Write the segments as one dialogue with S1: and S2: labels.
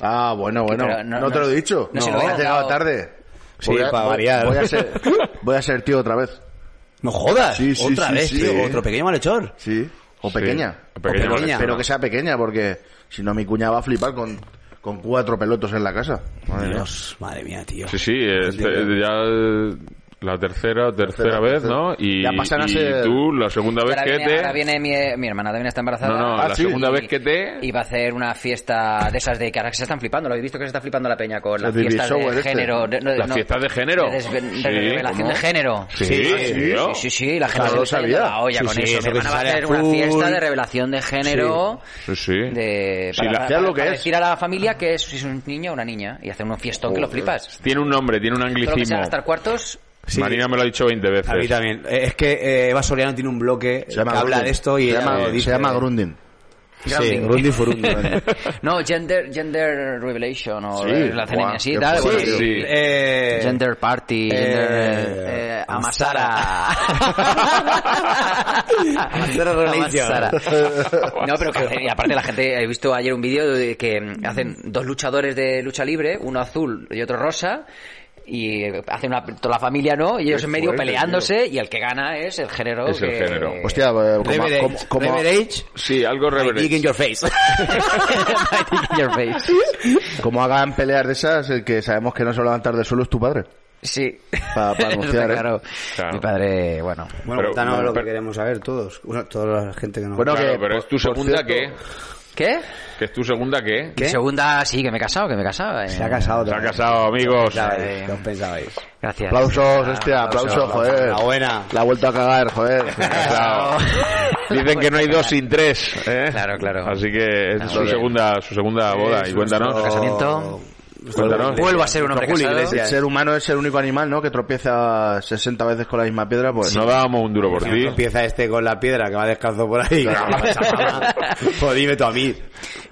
S1: Ah, bueno, bueno.
S2: Pero no-
S1: no,
S2: no-
S1: te lo he dicho.
S2: no se lo
S1: has
S2: había
S1: llegado
S2: dado.
S1: tarde.
S3: Sí, para
S1: voy-
S3: variar.
S1: Voy a, ser, voy a ser tío otra vez.
S3: No jodas.
S1: Sí, sí,
S3: Otra
S1: sí,
S3: vez,
S1: sí.
S3: tío. Otro pequeño malhechor.
S1: Sí. O pequeña.
S4: o pequeña,
S3: O pequeña.
S4: vale.
S1: Espero que sea pequeña porque si no mi cuñada va a flipar con, con cuatro pelotos en la casa. Madre mía.
S3: Dios, madre mía, tío.
S4: Sí, sí, este, ya el- la tercera, tercera
S1: Tercera,
S4: vez,
S1: tercera.
S4: ¿no? Y,
S1: Ya pasan a
S4: y
S1: ser-
S4: tú, la segunda vez
S2: Ahora
S4: Pues que
S2: viene,
S4: te...
S2: ahora viene mi, mi hermana también está embarazada.
S4: No, no,
S1: Ah,
S4: la
S1: sí.
S4: segunda
S1: Y-
S4: vez que te...
S2: Y va a hacer una fiesta de esas de que ahora se están flipando. Lo habéis visto que se está flipando la peña con las
S1: El baby
S2: fiestas
S1: shower
S2: de
S1: este.
S2: género. de- no,
S4: ¿Las
S2: no,
S4: fiestas de género?
S2: de desve-
S4: Sí,
S2: de revelación
S4: ¿cómo?
S2: de género.
S4: Sí,
S1: Sí,
S4: tío.
S2: Sí, sí, sí, la gente
S1: Claro,
S2: se
S1: lo
S2: está yendo
S1: sabía.
S2: a la olla
S3: Sí,
S2: con
S3: sí,
S2: eso.
S3: eso
S2: Mi
S3: que
S2: hermana va a
S3: sale
S2: hacer una
S3: azul.
S2: fiesta de revelación de género.
S4: Sí, sí.
S2: De,
S4: Sí,
S2: para,
S4: la-
S2: para-
S1: sea lo que
S2: para
S1: es.
S2: decir a la familia que es, si es un niño o una niña y hacer un fiestón que lo flipas.
S4: Tiene un nombre, tiene un
S2: Todo lo que sea
S4: anglicismo.
S2: gastar cuartos,
S3: Sí.
S4: Marina me lo ha dicho 20 veces.
S3: A mí también. Eh, Es que eh, Eva Soriano tiene un bloque
S1: Se
S3: que
S1: llama
S3: habla
S1: Grundin.
S3: de esto y
S1: se
S3: ella
S1: llama,
S3: lo
S1: se
S3: dice.
S1: llama Grundin.
S3: Sí, Grundy Furundi.
S2: No, gender, gender revelation o
S1: Sí,
S2: relación
S1: guau,
S2: así,
S1: qué
S2: tal.
S1: fuerte,
S2: bueno,
S4: tío. Sí.
S3: Eh,
S2: Gender party,
S3: eh,
S2: gender eh,
S3: eh,
S2: amasara.
S3: Amasara religion.
S2: Amasara. No, pero que hacen- y aparte la gente, he visto ayer un vídeo de que hacen dos luchadores de lucha libre, uno azul y otro rosa. Y hacen una, toda la familia, ¿no? Y ellos en medio
S1: fuerte,
S2: peleándose y el que gana es el género.
S4: Es el
S2: que-
S4: género.
S1: Hostia, eh, como,
S3: Reverage.
S1: como- como-
S3: Reverage.
S4: Sí, algo
S3: my
S4: reverente.
S3: dick in your face.
S2: My dick in your face.
S1: como hagan peleas de esas, el que sabemos que no se va a levantar del suelo es tu padre.
S2: Sí.
S1: Pa- pa anunciar, ¿eh?
S2: claro.
S4: Claro.
S2: Mi padre, bueno.
S3: Bueno,
S4: Pero-
S3: cuéntanos lo que
S4: pero-
S3: queremos saber todos. Bueno, toda la gente que nos...
S1: Bueno,
S4: Claro,
S1: que,
S4: pero
S1: por-
S4: es tu
S1: por
S4: segunda
S2: ¿Qué?
S1: cierto-
S4: que... Que es tu segunda que...
S2: Mi segunda, sí, que me he casado, que me he casado. eh.
S3: se ha casado. eh,
S4: Se ha
S3: también.
S4: casado, Eh, amigos.
S3: Ya veis, ¿Qué os pensabais?
S2: Gracias.
S1: Aplausos, este, aplausos, joder.
S3: La buena.
S1: La ha vuelto a cagar, joder.
S4: Claro. Dicen que no hay dos sin tres, ¿eh?
S2: Claro, claro.
S4: Así que es su
S1: Joder.
S4: segunda, su segunda boda. Y cuéntanos.
S2: Casamiento.
S4: Cuéntanos.
S2: Vuelvo a ser un hombre
S3: Juli
S2: casado.
S1: El ser humano es el único animal, ¿no? Que tropieza 60 veces con la misma piedra, pues...
S4: No dábamos un duro por ti.
S3: Empieza este con la piedra que va descalzo por ahí. pues dime tú a mí.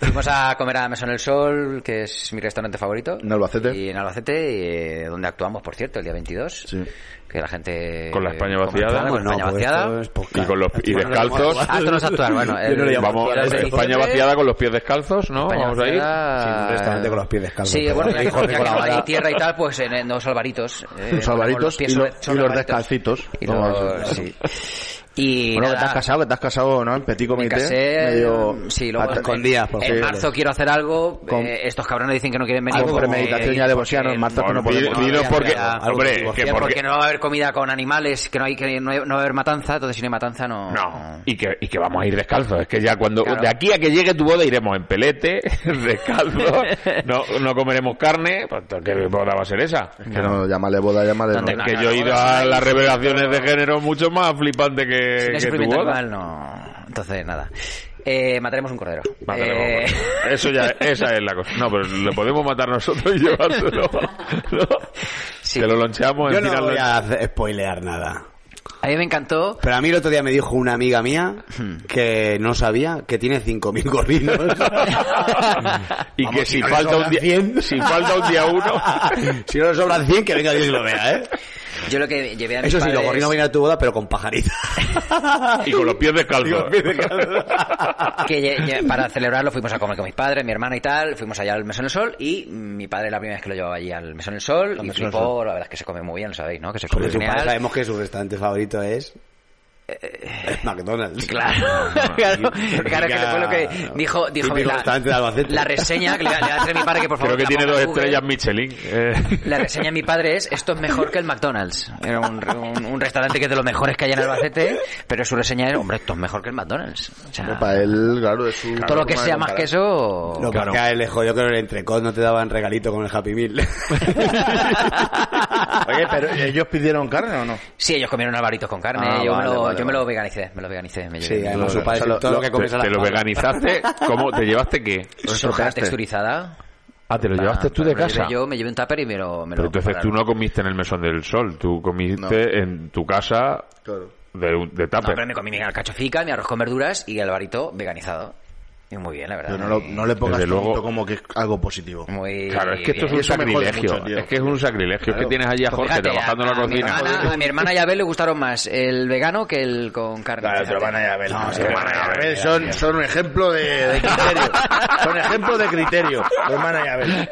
S2: Fuimos a comer a Mesón el Sol, que es mi restaurante favorito.
S1: En Albacete.
S2: Y eh, en Albacete, y, eh, donde actuamos, por cierto, el día 22.
S1: Sí.
S2: Que la gente...
S4: Con la España
S2: coma
S4: vaciada.
S2: actuando,
S4: Bueno,
S2: Con la
S3: pues
S2: España vaciada.
S4: Y con los- y descalzos.
S2: Ah, esto no es actuar, bueno.
S3: Yo no le llamo
S4: Vamos,
S2: actuar, es decir,
S4: España vaciada con los pies descalzos, ¿no?
S2: España
S4: Vamos a ir.
S2: vaciada-
S3: Sí, un restaurante con los pies descalzos.
S2: Sí, bueno, ya,
S3: Hijo de
S2: ya que no
S3: colabora.
S2: hay tierra y tal, pues en, en los albaritos. eh,
S1: Los albaritos
S2: los pies
S1: y lo-
S2: sobre- sobre
S1: y los
S2: albaritos.
S1: descalcitos.
S2: Y
S1: Vamos.
S2: los, sí. Y
S1: bueno, que te
S2: nada,
S1: has casado, que te has casado, ¿no? En petit
S2: me
S1: comité.
S2: casé,
S1: medio...
S2: sí, luego
S1: a-
S2: en-
S3: escondidas, por
S2: en,
S3: favor.
S2: marzo quiero hacer algo,
S1: Con-
S2: eh, estos cabrones dicen que no quieren venir. pues, eh,
S1: Con
S2: porque-
S1: premeditación y alevosía, no, en marzo que
S4: Bueno,
S1: no podemos.
S4: di- dinos
S2: no,
S4: porque...
S2: ya,
S3: algo
S4: Hombre,
S3: contigo.
S4: que
S2: porque,
S4: porque...
S2: no va a haber comida con animales, que no hay que no, hay- no va a haber matanza, entonces si no hay matanza no.
S4: No, y que, y que vamos a ir descalzos. Es que ya cuando.
S2: Claro.
S4: De aquí a que llegue tu boda iremos en pelete, descalzos. No, no comeremos carne. pues, ¿Qué boda va a ser esa?
S1: Que no, llámale boda, llámale...
S2: Donde
S1: no.
S2: no-
S4: que yo he ido a las revelaciones de género mucho más flipante
S2: Si no
S4: que,
S2: hay
S4: que tu
S2: sufrimiento
S4: boda.
S2: animal, no. Entonces nada. Eh, mataremos un cordero. Eh,
S4: Mataremos, bueno. Eso ya, esa es la cosa. No, pero lo podemos matar nosotros y llevárselo. ¿no?
S2: Sí.
S4: Te lo loncheamos
S3: Yo
S4: en
S3: no
S4: final.
S3: voy a hacer- spoilear nada.
S2: a mí me encantó.
S3: Pero a mí el otro día me dijo una amiga mía que no sabía que tiene 5.000 gorrinos.
S4: Y que si
S3: no le
S4: falta, un
S3: sobran
S4: día,
S3: 100.
S4: si falta un día uno.
S3: si no le sobran 100, que venga Dios y lo vea, ¿eh?
S2: Yo lo que llevé a mis
S3: Eso sí, los
S2: padres-
S3: gorrinos vienen a tu boda, pero con pajaritos.
S4: Y con los pies descalzos.
S2: que lle- lle- para celebrarlo fuimos a comer con mis padres, mi hermana y tal, fuimos allá al Mesón del Sol y mi padre la primera vez que lo llevaba allí al Mesón del Sol y flipó, la verdad es que se come muy bien, lo sabéis, ¿no? Que se come
S3: Porque su padre
S2: genial.
S3: sabemos que su restaurante favorito es... es McDonald's.
S2: Claro, claro, claro, que fue lo que dijo, dijo
S3: Típico
S2: la,
S3: restaurante de Albacete.
S2: la reseña que le, le hace mi padre que por favor
S4: Creo que
S2: la
S4: tiene
S2: ponga
S4: dos
S2: en Google.
S4: estrellas Michelin. Eh,
S2: La reseña de mi padre es, esto es mejor que el McDonald's. Era un, un- un restaurante que es de los mejores que hay en Albacete, pero su reseña es, hombre, esto es mejor que el McDonald's. O sea,
S1: Para él, claro, es un...
S2: todo lo que sea más que eso...
S3: Lo que acá le jodió que en el entrecot no te daban regalito con el Happy Meal.
S1: Oye, pero ¿ellos pidieron carne o no?
S2: Sí, ellos comieron albaritos con carne.
S1: Ah,
S2: yo
S1: vale,
S2: me lo,
S1: vale,
S2: yo me
S1: vale.
S2: lo veganicé, me lo veganicé. Me
S3: sí,
S2: llevé mi-
S3: además su padre
S1: O sea, lo-
S3: todo lo
S1: lo-
S3: que comes a la
S4: ¿Te lo
S3: espalda.
S4: veganizaste? ¿Cómo? ¿Te llevaste qué?
S2: soja
S1: estropeaste.
S2: texturizada.
S4: Ah, te lo llevaste tú de
S2: Me lo
S4: casa.
S2: llevé Yo me llevé un tupper y me lo. Me
S4: Pero
S2: lo
S4: entonces tú
S2: prepararon.
S4: no comiste en el mesón del sol, tú comiste
S1: No.
S4: en tu casa
S1: Claro.
S4: de, un- de
S2: No, pero
S4: tupper.
S2: me comí mi alcachofica, mi arroz con verduras y el barito veganizado. Y muy bien, la verdad.
S1: Pero no, lo- no le pongas
S4: Desde luego-
S1: tanto como que es algo positivo.
S2: Muy
S4: Claro, es que esto es
S2: bien.
S4: un
S1: Eso me jode
S4: sacrilegio.
S1: mucho, tío.
S4: es que es un sacrilegio. Es que
S1: Claro.
S4: tienes allí a
S2: Pues
S4: Jorge
S2: fíjate,
S4: trabajando
S2: a-
S4: en la
S2: a mi
S4: cocina.
S2: hermana- a mi hermana y a Abel le gustaron más el vegano que el con carne.
S1: Claro,
S2: fíjate.
S1: pero van a ir a ver.
S2: No, sí,
S1: Pero
S4: van a ir a ver,
S1: ver, son, son un ejemplo de, de criterio. son ejemplo de criterio. Pero van a ir a ver.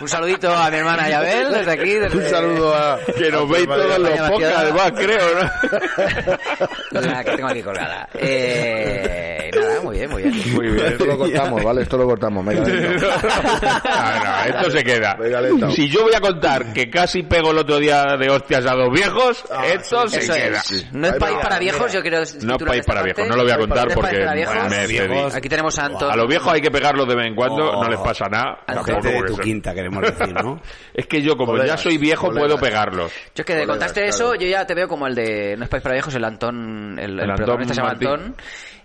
S2: un saludito a mi hermana y a Abel desde aquí. desde-
S1: Un saludo a...
S4: Que nos veis todos los
S2: Vaya
S4: podcasts,
S2: vaciada.
S4: además, creo, ¿no?
S2: La que tengo aquí colgada. Eh, nada, muy bien, muy bien.
S4: Muy bien.
S1: Esto lo cortamos, ¿vale? Esto lo cortamos. Venga, lento.
S4: Ah, no, esto se queda.
S1: Venga, lento.
S4: Si yo voy a contar que casi pego el otro día de hostias a dos viejos,
S1: Ah,
S4: esto se
S2: Eso
S4: queda.
S2: es. No es
S1: Ahí
S2: país
S1: va,
S2: para
S1: mira.
S2: viejos, yo creo.
S4: No
S2: titular
S4: es
S2: de
S4: país
S2: esta
S4: para
S2: parte.
S4: viejos, no lo voy a contar
S2: No es país
S4: porque
S2: para viejos.
S4: me excedí.
S2: Aquí tenemos a Anton.
S4: A los viejos hay que pegarlos de vez en cuando, no les pasa nada.
S2: Al
S4: tampoco
S3: Gente de
S4: porque
S3: tu
S4: son-
S3: quinta, queremos decir, ¿no?
S4: Es que yo, como ya
S1: Colegas,
S4: soy viejo,
S1: colegas.
S4: puedo pegarlos.
S2: Yo es que de
S1: Colegas,
S2: contaste
S1: claro.
S2: eso, yo ya te veo como el de No es país para viejos, el Antón, el, el
S4: Antón
S2: protagonista se llama
S4: Martín.
S2: Antón.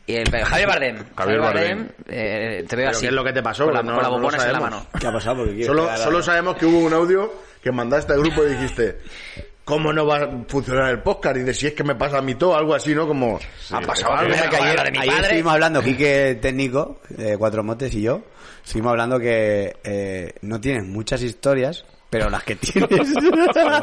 S2: Y el, Javier Bardem. Javier,
S4: Bardem.
S2: eh, te veo
S1: Pero
S2: así.
S1: ¿qué es lo que te pasó?
S2: Con la,
S1: No-
S2: con la
S1: no lo
S2: bombona en la
S1: sabemos.
S2: mano.
S3: ¿Qué ha pasado? Porque quiero
S1: Solo,
S3: quedar a-
S1: solo sabemos que hubo un audio que mandaste al grupo y dijiste... ¿Cómo no va a funcionar el podcast? Y de si es que me pasa a mí todo, algo así, ¿no? Como... ha pasado algo.
S3: Mira que ayer,
S2: de mi
S3: ayer
S2: padre.
S3: estuvimos hablando, Quique técnico de Cuatro Motes y yo, estuvimos hablando que eh, no tienes muchas historias, pero las que tienes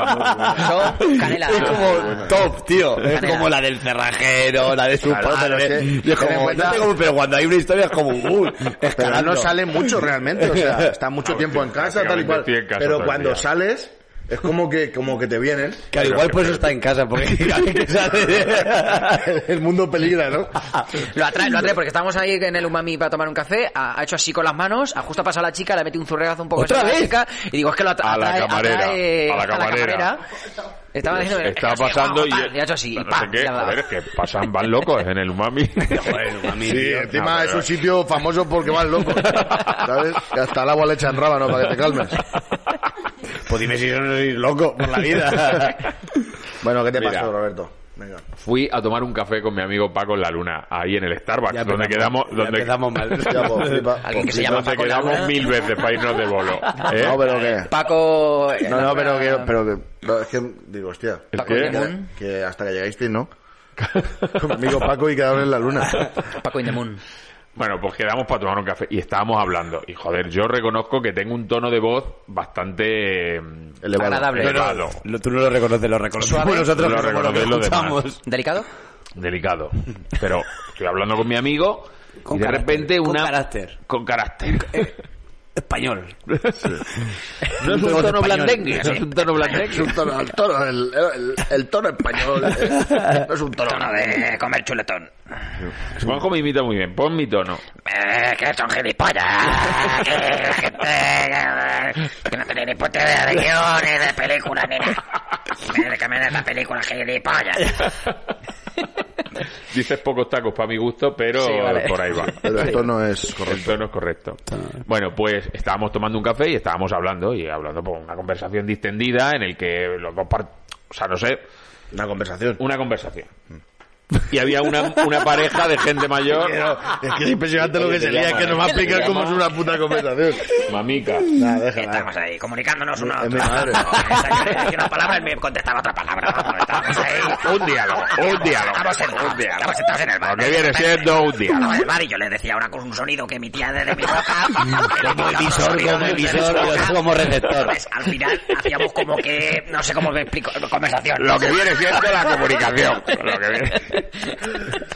S2: Son canela.
S3: Es como top, tío. Es
S2: Canela.
S3: como la del cerrajero, la de su
S1: Claro, pero
S3: padre.
S1: es que,
S3: Y es
S1: ten en
S3: como,
S1: cuenta-
S3: no sé cómo, pero cuando hay una historia es como, uh,
S1: Pero
S3: escalando.
S1: no sale mucho realmente, o sea, está mucho
S4: Ah,
S1: tiempo en casa, tal y
S4: prácticamente
S1: cual.
S4: estoy en casa todo
S1: Pero
S4: el
S1: cuando
S4: día.
S1: sales, es como que, como que te vienen.
S3: Que al igual por eso está en casa, porque cada vez que sale...
S1: El mundo peligra, ¿no?
S2: Lo atrae, lo atrae, porque estábamos ahí en el Umami para tomar un café, ha, ha hecho así con las manos, ha justo ha pasado la chica, le ha metido un zurregazo un poco
S3: ¿Otra
S2: así a la
S3: vez?
S2: chica, y digo, es que lo atra-
S4: A la
S2: atrae,
S4: camarera,
S2: atrae-
S4: a la camarera.
S2: Estaba diciendo, que-
S4: Está
S2: que así,
S4: pasando
S2: guau,
S4: y...
S2: pam, y ha hecho así, y
S4: No sé
S2: pam,
S4: qué,
S2: y ha dado.
S4: joder, es que pasan, van locos en el umami.
S1: Sí,
S4: tío. No,
S1: encima es
S4: pero-
S1: un sitio famoso porque van locos, ¿sabes? Que hasta el agua le echan rábano para que te calmes.
S3: Pues dime si no soy loco por la vida.
S1: Bueno, ¿qué te
S4: Mira.
S1: pasó, Roberto? Venga.
S4: Fui a tomar un café con mi amigo Paco en la luna, ahí en el Starbucks,
S3: Ya
S4: donde quedamos...
S3: empezamos- ya
S4: Donde...
S3: empezamos mal.
S1: Ya, pues, flipa.
S2: Alguien que
S1: Pues,
S2: se llama
S4: donde
S2: Paco en la
S4: quedamos
S2: luna.
S4: mil veces para irnos de bolo. ¿eh?
S1: No, pero que...
S2: Paco... eh,
S1: No,
S2: la-
S1: no, pero que... Pero que no, es que digo, hostia.
S4: ¿El
S2: Paco
S4: qué?
S2: in the moon.
S1: Que hasta que llegasteis, ¿no? Conmigo Paco y quedaron en la luna.
S2: Paco in the moon.
S4: Bueno, pues quedamos para tomar un café y estábamos hablando. Y joder, yo reconozco que tengo un tono de voz bastante... mm,
S1: Elevado.
S2: Agradable.
S4: Elevado.
S3: Lo- tú no lo reconoces, lo reconocemos nosotros. que somos
S4: Lo
S3: los que
S4: reconocéis los demás.
S3: escuchamos.
S2: ¿Delicado?
S4: delicado. Pero estoy hablando con mi amigo
S3: Con
S4: y de
S3: carácter,
S4: repente
S3: con
S4: una...
S3: carácter.
S4: Con carácter.
S3: Español.
S4: No es un
S3: Voz
S4: tono
S3: español.
S4: blandengue, no es un tono
S1: Es
S4: blandengue.
S1: un tono, el tono, el, el- el tono español. eh, No es un tono.
S2: Tono de comer chuletón.
S4: Juanjo me imita muy bien, pon mi tono.
S2: Eh, que son gilipollas, que gente que, que no tiene ni puta idea de guiones, de películas, ni nada. Que me den la película gilipollas.
S4: Dices pocos tacos para mi gusto, pero
S2: Sí, vale.
S4: por ahí va.
S1: Pero esto no es
S4: El
S1: correcto.
S4: tono es correcto. Bueno, pues estábamos tomando un café y estábamos hablando, y hablando por una conversación distendida en el que los dos par... O sea, no sé,
S1: Una conversación.
S4: una conversación. Y había una, una pareja de gente mayor.
S1: Es que es impresionante lo que
S4: Te
S1: sería, es que
S4: llama, ¿eh?
S1: no va a
S4: te
S1: explicar cómo es
S4: llama.
S1: una puta conversación.
S4: Mamica.
S1: Nada, déjala.
S2: Estamos ahí comunicándonos una a
S1: Es mi
S2: otra.
S1: madre.
S2: Esa que Una palabra y me contestaba otra palabra. vamos, Estábamos ahí.
S4: Un diálogo, un diálogo.
S2: Estábamos en,
S4: Un diálogo.
S2: estábamos sentados en el bar.
S4: Lo que viene siendo un diálogo.
S2: Estábamos en el bar y yo le decía una con un sonido que emitía desde mi boca.
S4: Mm,
S3: Como emisor, como emisor, yo como receptor.
S2: Pues, al final hacíamos como que, no sé cómo me explico, conversación.
S4: Lo que viene siendo la comunicación. Lo que viene.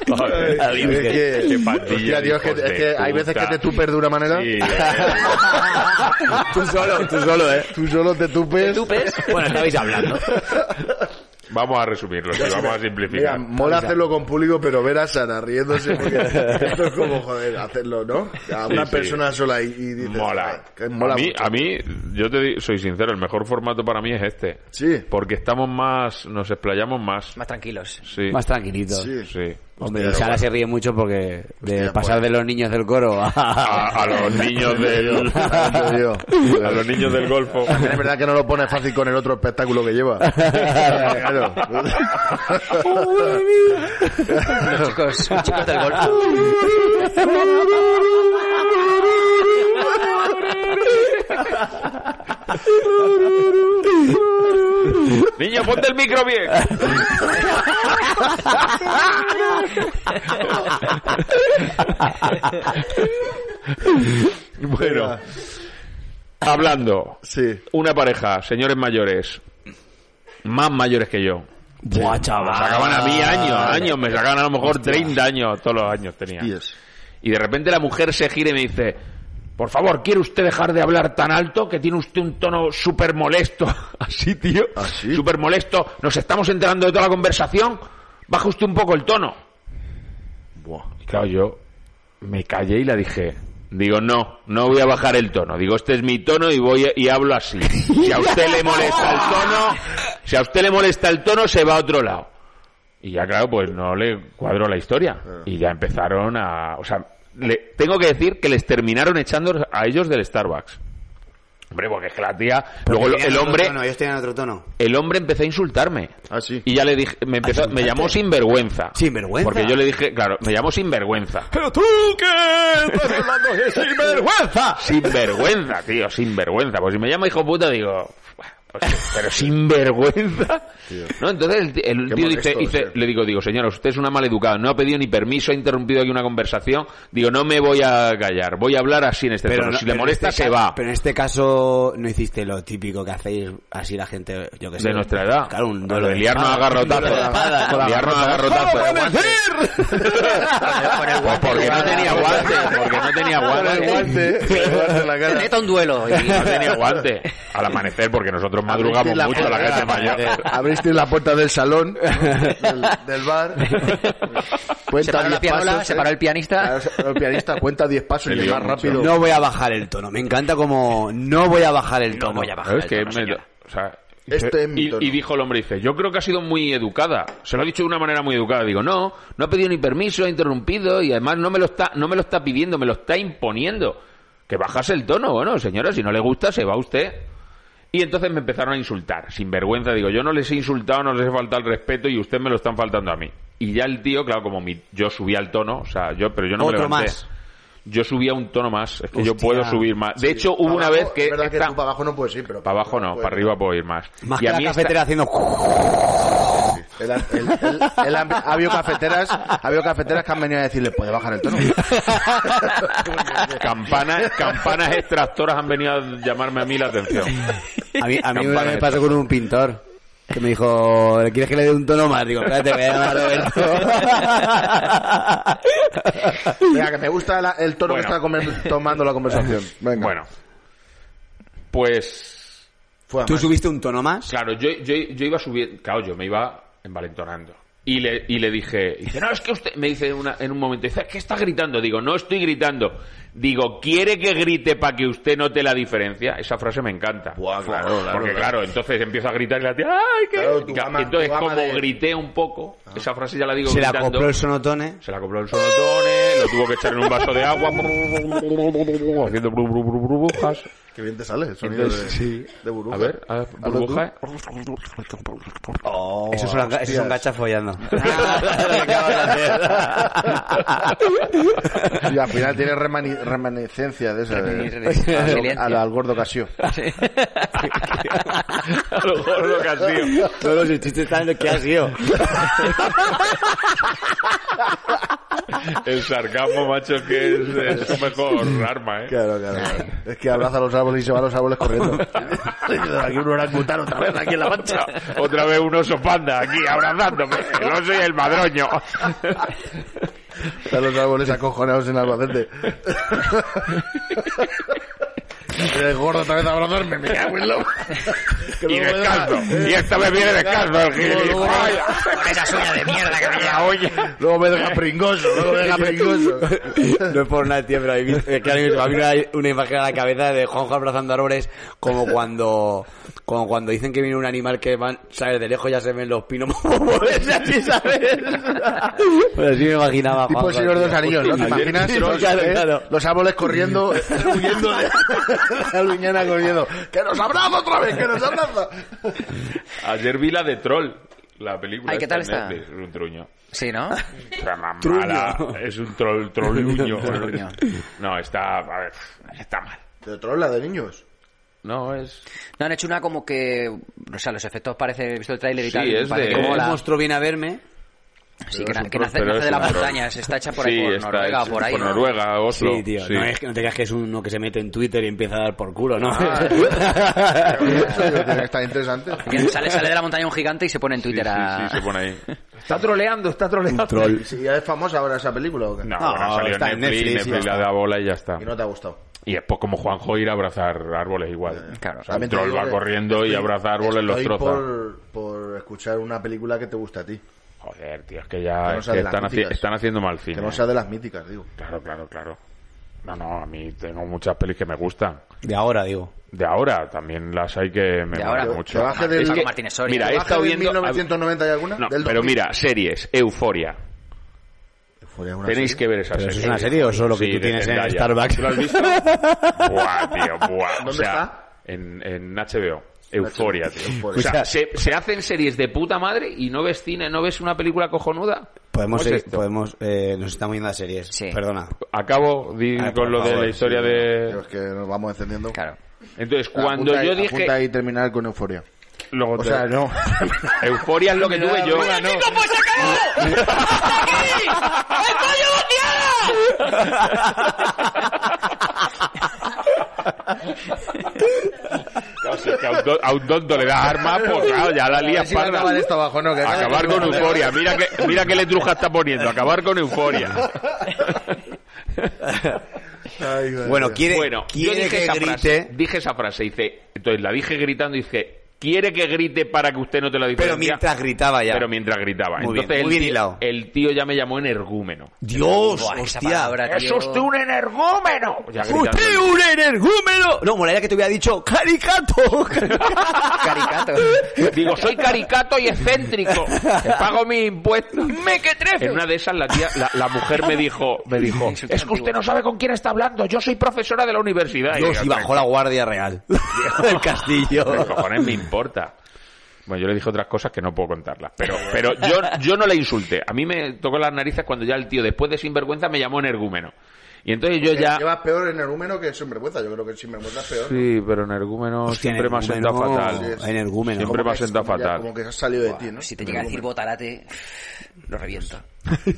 S4: Joder,
S1: Ay, es que-
S4: qué este pandilla,
S1: Hostia, tío, es que,
S4: hijos
S1: es que
S4: de
S1: hay veces que
S4: puta.
S1: te tupes de una manera.
S4: Sí, eh,
S3: tú solo, tú solo, eh.
S1: Tú solo te tupes.
S3: Bueno, estabais hablando.
S4: vamos a resumirlo, sí, vamos a
S1: Mira,
S4: simplificar.
S1: mola hacerlo con público, pero ver a Sara riéndose porque esto es como, joder, hacerlo, ¿no? A una
S4: sí.
S1: persona sola y, y dices,
S4: Mola.
S1: "Ay, que mola
S4: a, mí,
S1: mucho".
S4: a mí, yo te di- soy sincero, el mejor formato para mí es este.
S1: Sí.
S4: Porque estamos más, nos explayamos más.
S2: Más tranquilos.
S4: Sí.
S3: Más tranquilito.
S1: Sí.
S4: sí.
S3: Hombre,
S1: Hostia,
S3: Sara
S1: bueno.
S3: se ríe mucho porque de
S1: Hostia,
S3: pasar
S1: pues.
S3: de los niños del coro a...
S4: A, a los niños del,
S1: Te digo.
S4: a los niños del golfo.
S1: También es verdad que no lo pone fácil con el otro espectáculo que lleva. Claro.
S2: Los chicos, los chicos del golf.
S4: Niño, ponte el micro bien. bueno, hablando,
S1: Sí.
S4: una pareja, señores mayores, más mayores que yo.
S2: Buah,
S4: Me
S3: Ah.
S2: chaval.
S4: sacaban a mí años, años, me sacaban a lo mejor 30 años, todos los años tenía.
S1: Yes.
S4: Y de repente la mujer se gira y me dice, por favor, ¿quiere usted dejar de hablar tan alto que tiene usted un tono súper molesto? Así, tío.
S1: Así.
S4: Súper molesto. Nos estamos enterando de toda la conversación. Baja usted un poco el tono. Y claro, yo me callé y la dije, digo, no, no voy a bajar el tono. Digo, este es mi tono y voy a- y hablo así. Si a usted le molesta el tono, si a usted le molesta el tono, se va a otro lado. Y ya, claro, pues no le cuadró la historia.
S3: Ah.
S4: Y ya empezaron a... O sea, le- tengo que decir que les terminaron echando a ellos del Starbucks. Hombre, porque es que la tía... Luego el
S3: Tenían otro
S4: hombre...
S3: tono, ellos tenían otro tono.
S4: El hombre empezó a insultarme.
S1: Ah, sí.
S4: Y ya le dije, me, empezó, me llamó sinvergüenza.
S3: Ah, ¿Sinvergüenza?
S4: Porque yo le dije, claro, me llamó sinvergüenza.
S3: Pero tú que estás hablando de sinvergüenza.
S4: Sinvergüenza, tío, sinvergüenza. Pues si me llama hijo puta, digo, "Buah, pues, pero sinvergüenza. ¿No? Entonces el, el
S1: Qué
S4: tío
S1: molesto,
S4: dice, dice-
S1: sí.
S4: le digo, digo, señora, usted es una maleducada, no ha pedido ni permiso, ha interrumpido aquí una conversación. Digo, no me voy a callar, voy a hablar así en este tono.
S3: no-
S4: si le
S3: en
S4: molesta,
S3: este
S4: se
S3: ca-
S4: va.
S3: Pero en este caso no hiciste lo típico que hacéis así la gente, yo que sé.
S4: de nuestra edad.
S3: Claro, un
S4: Lo
S3: duelo
S4: de liarnos a
S3: espada, un duelo de espada, con la
S4: garrotazos. Liarnos a garrotazos. Pues porque no tenía guante, porque no tenía
S1: Con el
S4: guante.
S1: guante, con el guante en la cara.
S2: Neta un duelo. Y...
S4: No tenía guante. Al amanecer, porque nosotros madrugamos mucho a la gente mayor.
S1: Abriste la puerta del salón, del, del bar.
S2: Se paró la pianola, se paró el pianista.
S1: Claro, se paró el pianista cuenta 10 pasos
S4: Me
S1: y el
S4: lió
S1: más
S4: mucho.
S1: rápido.
S3: No voy a bajar el tono. Me encanta como no voy a bajar el
S2: No
S3: tono.
S2: voy a bajar.
S4: ¿Sabes
S2: el
S4: qué?
S2: tono,
S4: Me-
S2: señora.
S4: o sea,
S1: Este
S4: y-
S1: es mi
S4: y,
S1: tono.
S4: y dijo el hombre, dice, yo creo que ha sido muy educada. Se lo ha dicho de una manera muy educada. Digo, no, no ha pedido ni permiso, ha interrumpido y además no me lo está, no me lo está pidiendo, me lo está imponiendo. Que bajase el tono, bueno, señora, si no le gusta, se va usted. Y entonces me empezaron a insultar, sin vergüenza. Digo, yo no les he insultado, no les he faltado el respeto y ustedes me lo están faltando a mí. Y ya el tío, claro, como mi- yo subía el tono, o sea, yo, pero yo no me
S3: Otro
S4: levanté.
S3: más.
S4: Yo subía un tono más, es que yo
S3: Hostia.
S4: puedo subir más. De hecho,
S1: Para
S4: hubo una
S1: abajo,
S4: vez que...
S1: Es verdad que
S4: esta-
S1: tú para abajo no puedes ir, pero.
S4: para abajo no, para arriba puedo ir más.
S3: Más que la
S4: esta-
S3: cafetera haciendo.
S1: El, el, el- el- ha habido cafeteras, ha habido cafeteras que han venido a decirle, puede bajar el tono.
S4: campanas, campanas extractoras han venido a llamarme a mí la atención.
S3: A mí, a mí una
S4: Campana
S3: vez
S4: de
S3: me pasó con un pintor que me dijo, ¿le quieres que le dé un tono más? Digo, espérate, voy a llamar a Roberto.
S1: Venga, que me gusta la- el tono
S4: Bueno.
S1: que está comer- tomando la conversación. Venga.
S4: Bueno, pues
S1: Fue a
S3: ¿Tú
S1: más.
S3: subiste un tono más?
S4: Claro, yo, yo, yo iba subiendo, claro, yo me iba envalentonando. Y le, y le dije, y dice, no, es que usted, me dice una- en un momento, dice, es que está gritando. Digo, no estoy gritando. Digo, ¿quiere que grite para que usted note la diferencia? Esa frase me encanta.
S1: Buah, claro, claro,
S4: Porque
S1: claro.
S4: claro, entonces empiezo a gritar y la tía, ¡ay, qué!
S1: Claro, tu
S4: Ya,
S1: gama-
S4: entonces,
S1: tu gama
S4: como
S1: de- Ah.
S4: grité un poco, esa frase ya la digo
S3: Se la
S4: gritando.
S3: compró el sonotone.
S4: Se la compró el sonotone, lo tuvo que echar en un vaso de agua, haciendo bru- bru- bru- burbujas.
S1: Qué bien te sale el sonido
S4: Entonces,
S1: de, de burbuja.
S4: A ver, a ver,
S1: Hazlo tú.
S4: burbuja.
S1: Oh,
S3: Eso es, una, eso es un
S1: hostias.
S3: gacha follando.
S1: Y al final tiene remani- remaniscencia de esa. De,
S2: Resiliencia.
S1: al, al gordo Casio.
S4: A lo gordo que has sido.
S3: No, no, si el chiste está en el que ha sido.
S4: El sarcasmo, macho, que es, es su mejor arma, ¿eh?
S1: Claro, claro, claro. Es que abraza los árboles y se va a los árboles corriendo. aquí un orangután otra vez, aquí en la mancha.
S4: Otra vez un oso panda aquí abrazándome. No soy el madroño.
S1: Están los árboles acojonados en Albacete. El gordo otra vez a abrazarme, me cago en lo...
S4: Y descalzo. Y esta vez viene descalzo el gil.
S2: Esa suya de mierda que me
S4: La olla.
S1: Luego me deja pringoso, luego me deja pringoso.
S3: No es por nada, tío, pero a mí, es que ahora mismo me ha venido una, una imagen a la cabeza de Juanjo abrazando árboles como cuando, como cuando dicen que viene un animal que van, sabes, de lejos ya se ven los pinos moverse así, ¿sabes? Pero sí me imaginaba,
S1: Tipo
S3: Juanjo,
S1: el señor de los
S3: tío.
S1: anillos, ¿no? ¿Te
S4: Ayer
S1: imaginas?
S3: hicieron-
S1: Los,
S3: claro,
S1: eh,
S3: claro.
S1: los árboles corriendo, huyendo de la viñana corriendo. ¡Que nos abraza otra vez! ¡Que nos abraza!
S4: Ayer vi la de Troll. La película.
S2: Ay, ¿qué
S4: esta
S2: tal
S4: en
S2: está?
S4: Netflix, Un truño.
S2: Sí, ¿no?
S4: Otra mamada. Es un troll, trolluño.
S2: Trolluño.
S4: No, está. A ver, está mal.
S1: ¿De troll la de niños?
S4: No, es.
S2: No, han hecho una como que. O sea, los efectos parece. He visto el tráiler y
S4: Sí,
S2: tal.
S4: es
S2: parece
S4: de-
S2: como
S4: Eh,
S3: El
S2: la-
S3: monstruo viene a verme.
S2: Sí,
S4: pero
S2: que,
S4: es
S2: na-
S4: un
S2: que
S4: pro-
S2: nace,
S4: pero
S2: nace
S4: es
S2: de la
S4: un pro-
S2: montaña. Se está hecha por ahí,
S4: sí,
S2: por
S4: está
S2: Noruega,
S4: hecho
S2: por ahí. ¿no?
S4: Noruega, Oslo.
S3: Sí, tío. No, es que no te creas que es uno que se mete en Twitter y empieza a dar por culo, ¿no?
S1: Ah. Está interesante.
S2: Que sale, sale de la montaña un gigante y se pone en
S4: Sí,
S2: Twitter
S4: sí,
S2: a.
S4: sí, se pone ahí.
S1: Está troleando, está troleando.
S3: troll.
S1: Sí, ya es famosa ahora esa película o qué?
S4: No,
S3: No,
S4: bueno, salió en
S3: está en
S4: Netflix, Netflix,
S3: Netflix, y ya
S4: la
S3: está.
S4: da bola y ya está.
S1: Y no te ha gustado.
S4: Y es po- como Juanjo ir a abrazar árboles igual.
S3: Eh,
S2: Claro.
S4: O sea, el
S1: También te
S4: troll
S1: digo
S4: va
S1: que
S4: corriendo y abraza árboles, los
S1: Estoy
S4: troza.
S1: Por, por escuchar una película que te gusta a ti.
S4: Joder, tío, es que
S1: Que
S4: ya
S1: no
S4: es
S1: sea
S4: que
S1: de las
S4: están, haci-
S1: míticas.
S4: están haciendo mal cine. ¿eh?
S1: Que no sea de las míticas, digo.
S4: Claro, claro, claro. No, no, a mí tengo muchas pelis que me gustan.
S3: De ahora, digo.
S4: De ahora, también las hay que me
S2: De
S4: molan
S2: ahora.
S4: mucho.
S1: Que baje del-
S4: Es
S2: Paco Martínez Soria.
S4: Mira,
S2: Que
S4: he
S1: ¿Baja
S4: estado
S1: del
S4: viendo...
S1: 1990 y alguna?
S4: No,
S1: Del
S4: pero
S1: 2000.
S4: mira, series, Euforia.
S1: Fue una
S4: Tenéis
S1: serie.
S4: que ver esa
S3: ¿Pero eso
S4: serie.
S3: es una serie o solo que
S4: Sí,
S3: tú
S4: de
S3: tienes en
S4: Zendaya.
S3: Starbucks?
S4: ¿Lo has visto? buah, tío, buah.
S1: ¿Dónde
S4: o sea,
S1: está?
S4: En, en HBO. Euforia, tío.
S1: Euforia.
S4: O sea, se, se hacen series de puta madre y no ves cine, no ves una película cojonuda.
S3: Podemos,
S4: ¿Cómo es
S3: seguir-
S4: esto?
S3: podemos, eh, nos estamos yendo a series.
S2: Sí.
S3: Perdona.
S4: Acabo di,
S3: Ah, por
S4: con lo de
S3: favor,
S4: la historia
S1: Pero
S4: de...
S1: es que nos vamos encendiendo.
S2: Claro.
S4: Entonces, cuando
S1: Apunta
S4: yo
S1: ahí-
S4: dije...
S1: Apunta ahí terminar con euforia.
S4: Luego
S1: O
S4: te-
S1: sea, no.
S4: Euforia es lo que tuve yo.
S2: pues se acabó! ¡Hasta aquí! ¡El pollo
S4: Claro, si es que a un don- a un tonto le das armas, pues claro, ya la lía
S1: Si va a acabar esto abajo, no. Que
S4: Acabar con euforia. Mira que mira qué letruja está poniendo. Acabar con euforia.
S1: Ay, madre
S3: Bueno,
S1: mía.
S3: quiere,
S4: Bueno, yo
S3: quiere
S4: dije
S3: que
S4: esa frase.
S3: grite.
S4: Dije esa frase. Dice, entonces la dije gritando y dije, ¿quiere que grite para que usted no te la diga?
S3: Pero mientras gritaba ya.
S4: Pero mientras gritaba.
S3: Muy bien,
S4: entonces
S3: muy bien
S4: el, tío,
S3: hilado.
S4: el tío ya me llamó energúmeno.
S3: Dios,
S2: Buah, esa
S3: hostia.
S2: palabra, tío.
S4: ¡Es usted un energúmeno! Ya gritando.
S3: ¡Usted un energúmeno! No, molaría que te hubiera dicho caricato.
S2: Caricato.
S4: Digo, soy caricato y excéntrico. Pago mis impuestos. ¡Me que En una de esas la tía, la, la mujer me dijo, me dijo,
S2: Insulta
S4: es que usted
S2: antigua.
S4: no sabe con quién está hablando. Yo soy profesora de la universidad. Y
S3: Dios,
S4: digo,
S3: y bajó la guardia real. Del castillo.
S4: "Pero, cojones me importa. Bueno, yo le dije otras cosas que no puedo contarlas, pero, pero yo, yo no le insulté. A mí me tocó las narices cuando ya el tío, después de sinvergüenza, me llamó energúmeno. Y entonces yo
S1: Eh,
S4: ya...
S1: Llevas peor en el húmeno que sinvergüenza. Yo creo que el sinvergüenza es peor.
S4: Sí, pero energúmeno
S3: Hostia,
S4: siempre me ha sentado
S3: energúmeno.
S4: fatal.
S1: Sí, sí.
S3: Energúmeno.
S4: Siempre me ha
S1: Como que-
S4: sentado
S1: como ya-
S4: fatal.
S1: Como que has salido de ti, ¿no?
S2: Si te llega a decir botarate, lo reviento.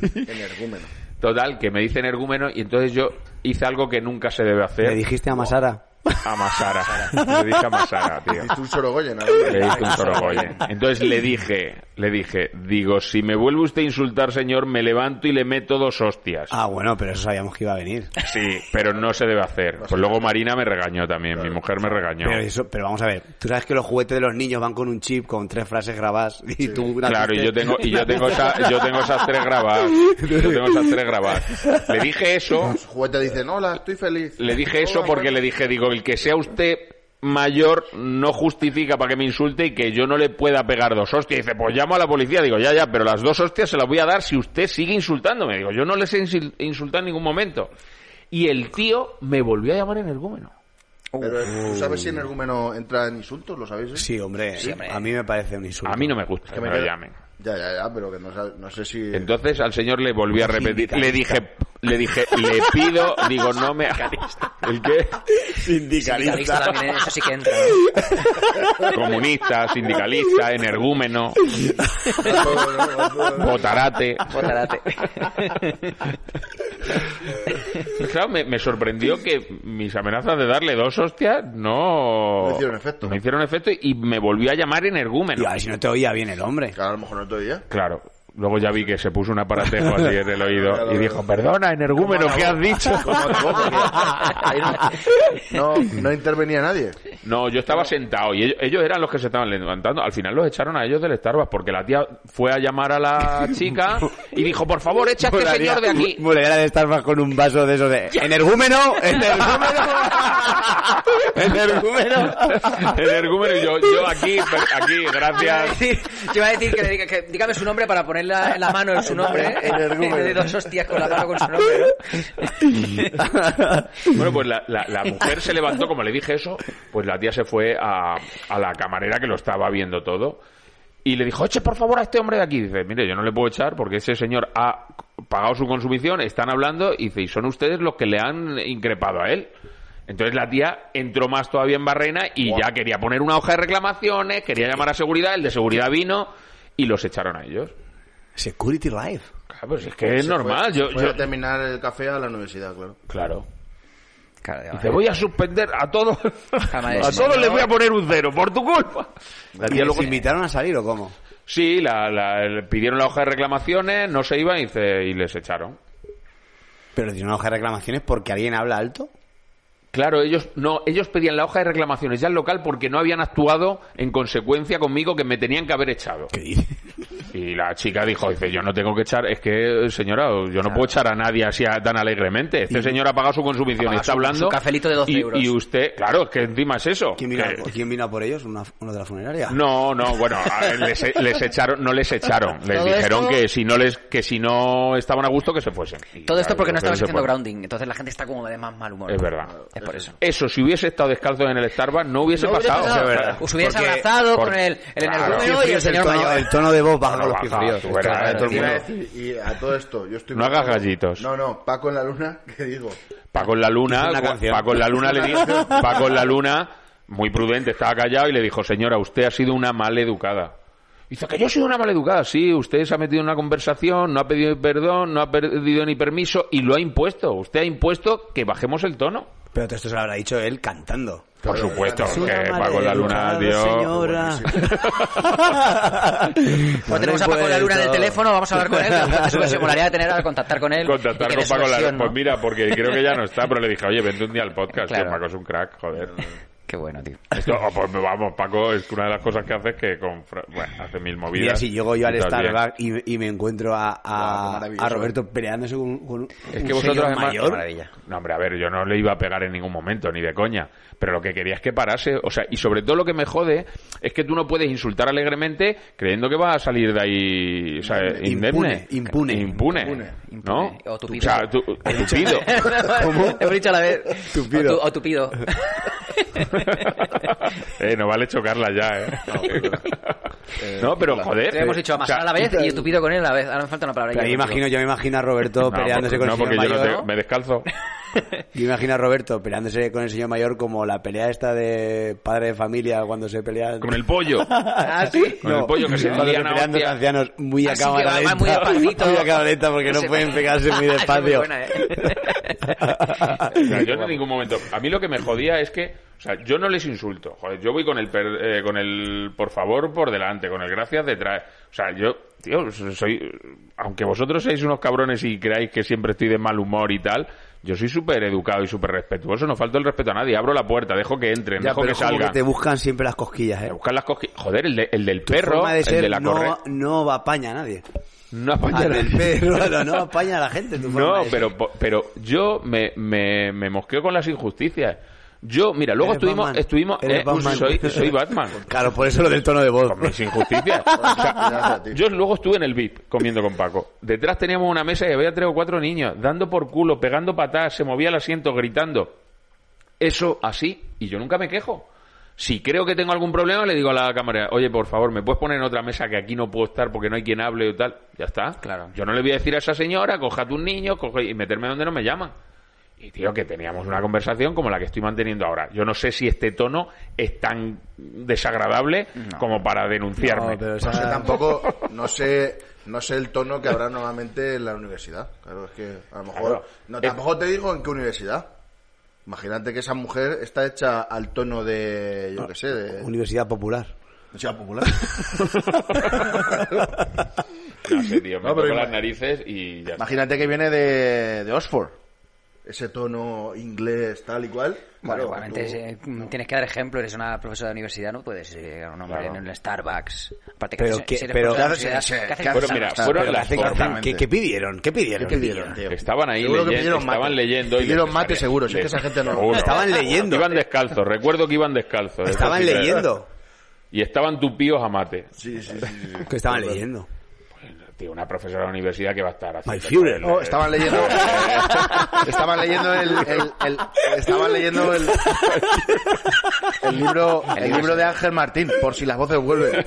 S1: Energúmeno.
S4: Total, que me dice energúmeno y entonces yo hice algo que nunca se debe hacer.
S3: ¿Le dijiste a Masara?
S4: A Masara. Le dije a Masara, tío.
S1: Hiciste un sorogoyen, ¿no?
S4: Le hice un sorogoyen. Entonces le dije, le dije, digo, si me vuelve usted a insultar, señor, me levanto y le meto dos hostias.
S3: Ah, bueno, pero eso sabíamos que iba a venir.
S4: Sí, pero no se debe hacer. Pues luego Marina me regañó también, mi mujer me regañó.
S3: Pero, eso, pero vamos a ver, tú sabes que los juguetes de los niños van con un chip con tres frases grabadas y tú
S4: Claro, y yo tengo, y yo tengo esa- yo tengo esas tres grabadas. Yo tengo esas tres grabadas. Le dije eso,
S1: Los juguetes dicen, hola, estoy feliz.
S4: Le dije eso
S1: Hola,
S4: porque
S1: hola.
S4: le dije, digo, el que sea usted mayor no justifica para que me insulte y que yo no le pueda pegar dos hostias. Y dice, pues llamo a la policía. Digo, ya, ya, pero las dos hostias se las voy a dar si usted sigue insultándome. Digo, yo no les he insul- insultado en ningún momento. Y el tío me volvió a llamar en el gúmeno.
S1: Pero, ¿tú sabes si energúmeno entra en insultos? ¿Lo sabéis? eh?
S3: Sí hombre,
S2: Sí, hombre.
S3: a mí me parece un insulto.
S4: A mí no me gusta que me, lo
S1: queda-
S4: llamen.
S1: Ya, ya, ya, pero que no, sab- no sé si...
S4: Entonces al señor le volví a repetir, le dije, le dije, le pido, digo, no me... ¿El qué?
S2: Sindicalista también, eso sí que entra.
S4: Comunista, sindicalista, energúmeno, botarate.
S2: Botarate.
S4: Pues Claro, me, me sorprendió que mis amenazas de darle dos hostias no...
S1: No hicieron efecto.
S4: No hicieron efecto y me volvió a llamar energúmeno.
S3: Tío, a ver si no te oía bien el hombre.
S1: Claro, a lo mejor no te oía.
S4: Claro. Luego ya vi que se puso un aparatejo así en el oído
S1: Claro,
S4: y
S1: claro.
S4: dijo, perdona, energúmeno, ¿qué has dicho?
S1: No, no intervenía nadie.
S4: No, yo estaba sentado y ellos, ellos eran los que se estaban levantando. Al final los echaron a ellos del Starbucks porque la tía fue a llamar a la chica y dijo, por favor, echa a este
S3: Molaría-
S4: señor de aquí.
S3: Molaría de estar más con un vaso de esos de... ¡Energúmeno! ¡Energúmeno! ¡Energúmeno!
S4: Energúmeno y yo, yo aquí, per- aquí, gracias.
S2: Yo iba a decir que, le diga- que dígame su nombre para poner la, la mano en su nombre. ¿eh?
S1: Energúmeno.
S2: Le doy dos hostias con la mano con su nombre, ¿no?
S4: Bueno, pues la, la- la mujer se levantó, como le dije eso, pues la tía se fue a, a la camarera que lo estaba viendo todo y le dijo, eche por favor a este hombre de aquí. Dice, mire, yo no le puedo echar porque ese señor ha pagado su consumición, están hablando y dice, y son ustedes los que le han increpado a él. Entonces la tía entró más todavía en barrena y ya quería poner una hoja de reclamaciones, quería llamar a seguridad, el de seguridad vino y los echaron a ellos.
S3: Security Life.
S4: Claro, pues es que es normal. yo,
S1: Voy
S4: yo-
S1: a terminar el café a la universidad, claro.
S4: Claro.
S2: Claro, ya
S4: Te
S2: va.
S4: voy a suspender a todos.
S2: Jamás.
S4: a todos les voy a poner un cero, por tu culpa. La
S3: ¿Y
S4: tía
S3: los
S4: luego-
S3: invitaron a salir o cómo?
S4: Sí, la, la- le pidieron la hoja de reclamaciones, no se iban y, se- y les echaron.
S3: Pero tiene una hoja de reclamaciones porque alguien habla alto.
S4: Claro, ellos no, ellos pedían la hoja de reclamaciones ya al local porque no habían actuado en consecuencia conmigo que me tenían que haber echado.
S3: ¿Qué dice?
S4: Y la chica dijo, dice, yo no tengo que echar, es que señora, yo no puedo echar a nadie así a- tan alegremente. Este señor ha pagado su consumición
S2: Ha
S4: y
S2: pagado
S4: está
S2: su-
S4: hablando.
S2: su cafelito de 12
S4: y,
S2: euros. pues,
S4: Y usted, claro, es que encima es eso.
S3: ¿Quién vino,
S4: que-
S3: a, quién vino a por ellos? ¿Una- ¿Uno de la funeraria?
S4: No, no, bueno, a ver, les, les echaron, no les echaron, les
S2: Todo
S4: dijeron
S2: esto-
S4: que si no les, que si no estaban a gusto que se fuesen. Y
S2: Todo esto
S4: claro,
S2: porque no
S4: que
S2: estamos
S4: se
S2: haciendo
S4: fueron.
S2: grounding. Entonces la gente está como de más mal humor.
S4: Es verdad.
S2: Es por eso.
S4: Eso, si hubiese estado descalzo en el Starbucks, no hubiese
S1: No hubiera
S4: pasado.
S1: pasado.
S4: Es
S2: Os hubierais
S3: Porque-
S2: abrazado
S4: por-
S2: con el, el
S4: Claro.
S2: energúmeno y el
S3: Fíjate
S2: señor
S3: tono,
S2: mayor.
S3: el tono de voz baja
S4: Bueno,
S3: los
S4: baja,
S3: pies
S4: tú
S3: fríos.
S4: verás,
S3: Claro,
S4: todo el
S1: Te iba a
S4: mundo.
S1: decir, y a todo esto, yo estoy...
S4: No hagas gallitos.
S1: No, no, Paco en la luna, ¿qué digo?
S4: Paco en la luna,
S3: Hizo una canción.
S4: Paco en la luna le dijo, Paco en la luna, muy prudente, estaba callado y le dijo, señora, usted ha sido una maleducada. Dice que yo he sido una maleducada, sí, usted se ha metido en una conversación, no ha pedido perdón, no ha pedido ni permiso y lo ha impuesto. Usted ha impuesto que bajemos el tono.
S3: Pero todo esto se lo habrá dicho él cantando.
S4: Por supuesto,
S1: es
S4: que Paco en la luna, tío.
S3: Señora.
S2: Pues tenemos a Paco la luna del teléfono, vamos a hablar con él. Su se molaría de tener a contactar con él. y
S4: Contactar
S2: que
S4: con
S2: dé su
S4: Paco en la
S2: versión,
S4: luna. Pues
S2: ¿no?
S4: mira, porque creo que ya no está, pero le dije, oye, vente un día al podcast, tío,
S2: Claro.
S4: Paco es un crack, joder.
S2: Qué bueno, tío.
S4: Esto, oh, pues vamos, Paco, es que una de las cosas que hace es que con, Fra- bueno, hace mil movidas.
S3: Mira, si llego yo al
S4: Estás bien.
S3: Starbucks y, y me encuentro a, a-
S1: Guau, qué maravilloso.
S3: a
S2: eh.
S3: Roberto peleándose con, con un,
S4: Es
S3: un
S4: que vosotros
S3: señor
S4: además-
S3: mayor.
S2: Maravilla.
S4: No, hombre, a ver, yo no le iba a pegar en ningún momento, ni de coña. Pero lo que quería es que parase. O sea, y sobre todo lo que me jode es que tú no puedes insultar alegremente creyendo que vas a salir de ahí, o sea, indemne.
S3: Impune, impune.
S4: Impune.
S2: Impune.
S4: Eh, ¿No?
S2: O tupido.
S4: O sea, tú- o tupido.
S2: ¿Cómo? Hemos dicho a la vez.
S3: Tupido.
S2: O, tu- o tupido.
S4: eh, no vale chocarla ya, eh. no, pero joder.
S2: Eh,
S4: eh,
S2: Te hemos dicho a
S4: o sea,
S2: Masal a la vez y tupido con él a la vez. Ahora me falta una palabra.
S3: Pero
S2: Yo
S3: ahí
S2: no
S3: imagino, yo me imagino a Roberto
S4: no,
S3: peleándose
S4: porque-
S3: con
S4: no,
S3: el señor
S4: porque yo no
S3: mayor.
S4: te- me descalzo.
S3: Yo imagino a Roberto peleándose con el señor mayor como la pelea esta de padre de familia cuando se pelea.
S4: Con el pollo.
S3: ¿Ah, sí?
S4: Con el pollo que se
S3: cuando
S4: lían a
S3: pelean dos
S4: hostias.
S3: ancianos muy a
S2: Así
S3: cámara
S2: que va- va
S3: lenta.
S2: muy despacito.
S3: Muy a cámara lenta porque no
S2: Ese-
S3: pueden pegarse muy
S2: Esa es
S3: despacio.
S2: buena, ¿eh?
S4: O sea, yo en ningún momento. A mí lo que me jodía es que. O sea, yo no les insulto. Joder, yo voy con el, per- eh, con el por favor por delante, con el gracias detrás. O sea, yo, tío, soy. Aunque vosotros seáis unos cabrones y creáis que siempre estoy de mal humor y tal, yo soy súper educado y súper respetuoso. No falto el respeto a nadie. Abro la puerta, dejo que entren,
S3: Ya,
S4: dejo
S3: pero
S4: que
S3: es como
S4: salgan.
S3: que te buscan siempre las cosquillas, ¿eh?
S4: Me buscan las cosquillas. Joder, el, de- el del perro,
S3: forma de ser
S4: el de la
S3: no,
S4: correa.
S3: no apaña a nadie.
S4: No apaña
S3: Al
S4: la-
S3: del perro, no, no apaña a la gente. tu forma
S4: No,
S3: de ser.
S4: pero, po- pero yo me, me, me mosqueo con las injusticias. Yo, mira, luego
S3: Eres
S4: estuvimos,
S3: Batman.
S4: estuvimos,
S3: Eres
S4: eh,
S3: Batman.
S4: soy, soy Batman.
S3: Claro, por eso lo del tono de voz.
S4: Con mis injusticias. O sea, yo luego estuve en el VIP comiendo con Paco. Detrás teníamos una mesa y había tres o cuatro niños dando por culo, pegando patadas, se movía el asiento, gritando. Eso así, y yo nunca me quejo. Si creo que tengo algún problema, le digo a la cámara, oye, por favor, ¿me puedes poner en otra mesa que aquí no puedo estar porque no hay quien hable o tal? Ya está.
S2: Claro.
S4: Yo no le voy a decir a esa señora, coja a tus niños coge y meterme donde no me llaman. Y tío, que teníamos una conversación como la que estoy manteniendo ahora. Yo no sé si este tono es tan desagradable como para denunciarme.
S3: No, pero
S1: No sé
S3: esa-
S1: tampoco, no sé, no sé el tono que habrá normalmente en la universidad. Claro, es que a lo mejor...
S4: Claro. Eh,
S1: No, tampoco te digo en qué universidad. Imagínate que esa mujer está hecha al tono de, yo qué sé, de...
S3: eh, Universidad Popular.
S1: Universidad Popular.
S4: No sé, tío, me
S1: No, pero
S4: toco las
S1: imag-
S4: narices y ya está.
S1: Imagínate que viene de, de Oxford. Ese tono inglés tal y cual.
S2: Bueno,
S1: Claro,
S2: igualmente
S1: tú-
S2: eh, tienes que dar ejemplo. Eres una profesora de universidad, no puedes ir a un hombre
S4: Claro.
S2: en el Starbucks. Aparte
S3: Pero
S2: si-
S3: que-
S2: si eres
S3: pero-
S2: profesora de
S1: ¿qué haces?
S2: universidad, ¿qué
S1: ¿Qué
S2: haces?
S4: haces? Pero mira,
S2: Está-
S4: fueron
S3: Pero
S4: las
S3: ¿qué hacen?
S1: formas.
S3: ¿Qué, qué pidieron? ¿Qué pidieron?
S1: ¿Qué pidieron, tío?
S4: Estaban ahí
S1: Seguro que
S4: leyendo,
S1: pidieron
S4: estaban
S1: mate.
S4: leyendo. y
S1: Pidieron
S4: les-
S1: mate seguro, si es que
S4: les-
S1: esa gente no-
S4: seguro.
S3: Estaban leyendo.
S4: Iban descalzos, recuerdo que iban descalzos. eso
S3: Estaban
S4: sí que-
S3: leyendo.
S4: Y estaban tupidos a mate.
S1: Sí, sí, sí, sí.
S3: Que estaban leyendo.
S4: Tío, una profesora de la universidad que va a estar así.
S3: My Führer.
S1: No, estaban leyendo. estaban leyendo el, el- el- estaban leyendo el, el libro, el libro de Ángel Martín, por si las voces vuelven.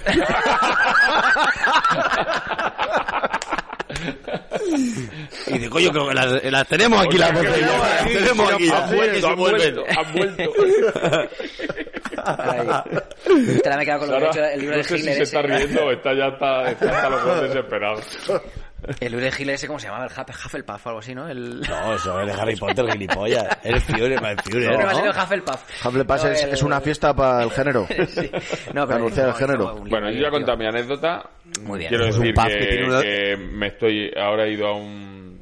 S3: Y dice, coño, creo que las, las tenemos aquí las botellas. Las tenemos aquí.
S4: Han vuelto, han vuelto, han vuelto.
S2: Ay. Usted la me he quedado con lo que ha hecho el libro
S4: no
S2: de
S4: sé si
S2: Hitler
S4: se está
S2: ese.
S4: riendo o está ya hasta, está hasta los dos desesperados.
S2: El libro de Hitler ese, ¿cómo se llamaba? El Huff- Hufflepuff o algo así, ¿no? El...
S3: No, eso es de Harry Potter, gilipollas. Eres Führer, más Führer,
S2: Siempre me ha
S3: ¿no?
S2: salido Hufflepuff.
S1: Hufflepuff
S2: No,
S1: es,
S2: el-
S1: es una fiesta para el género.
S2: Sí. No, pero
S1: Anunciar el
S2: no,
S1: género.
S2: no, un libro
S4: Bueno, yo ya he
S2: divertido.
S4: contado mi anécdota.
S2: Muy bien.
S4: Quiero
S3: Es un
S4: decir
S3: pub
S4: que,
S3: que tiene una-
S4: que me estoy... Ahora he ido a un...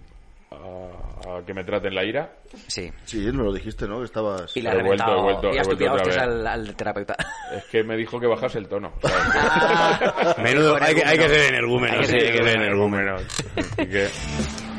S4: A, a que me traten la ira.
S2: Sí.
S1: Sí, me lo dijiste, ¿no? Que estabas...
S2: Y la
S4: He
S2: ha
S4: vuelto,
S2: reventado.
S4: he vuelto,
S2: y
S4: he
S2: has
S4: vuelto
S2: tupido
S4: otra
S2: hostias
S4: vez.
S2: al, al terapeuta.
S4: Es que me dijo que bajase el tono. ¿sabes?
S3: Menudo, hay que, hay que ser energúmeno,
S2: Hay que
S3: sí,
S2: ser
S3: hay que ser energúmeno.
S4: Así que...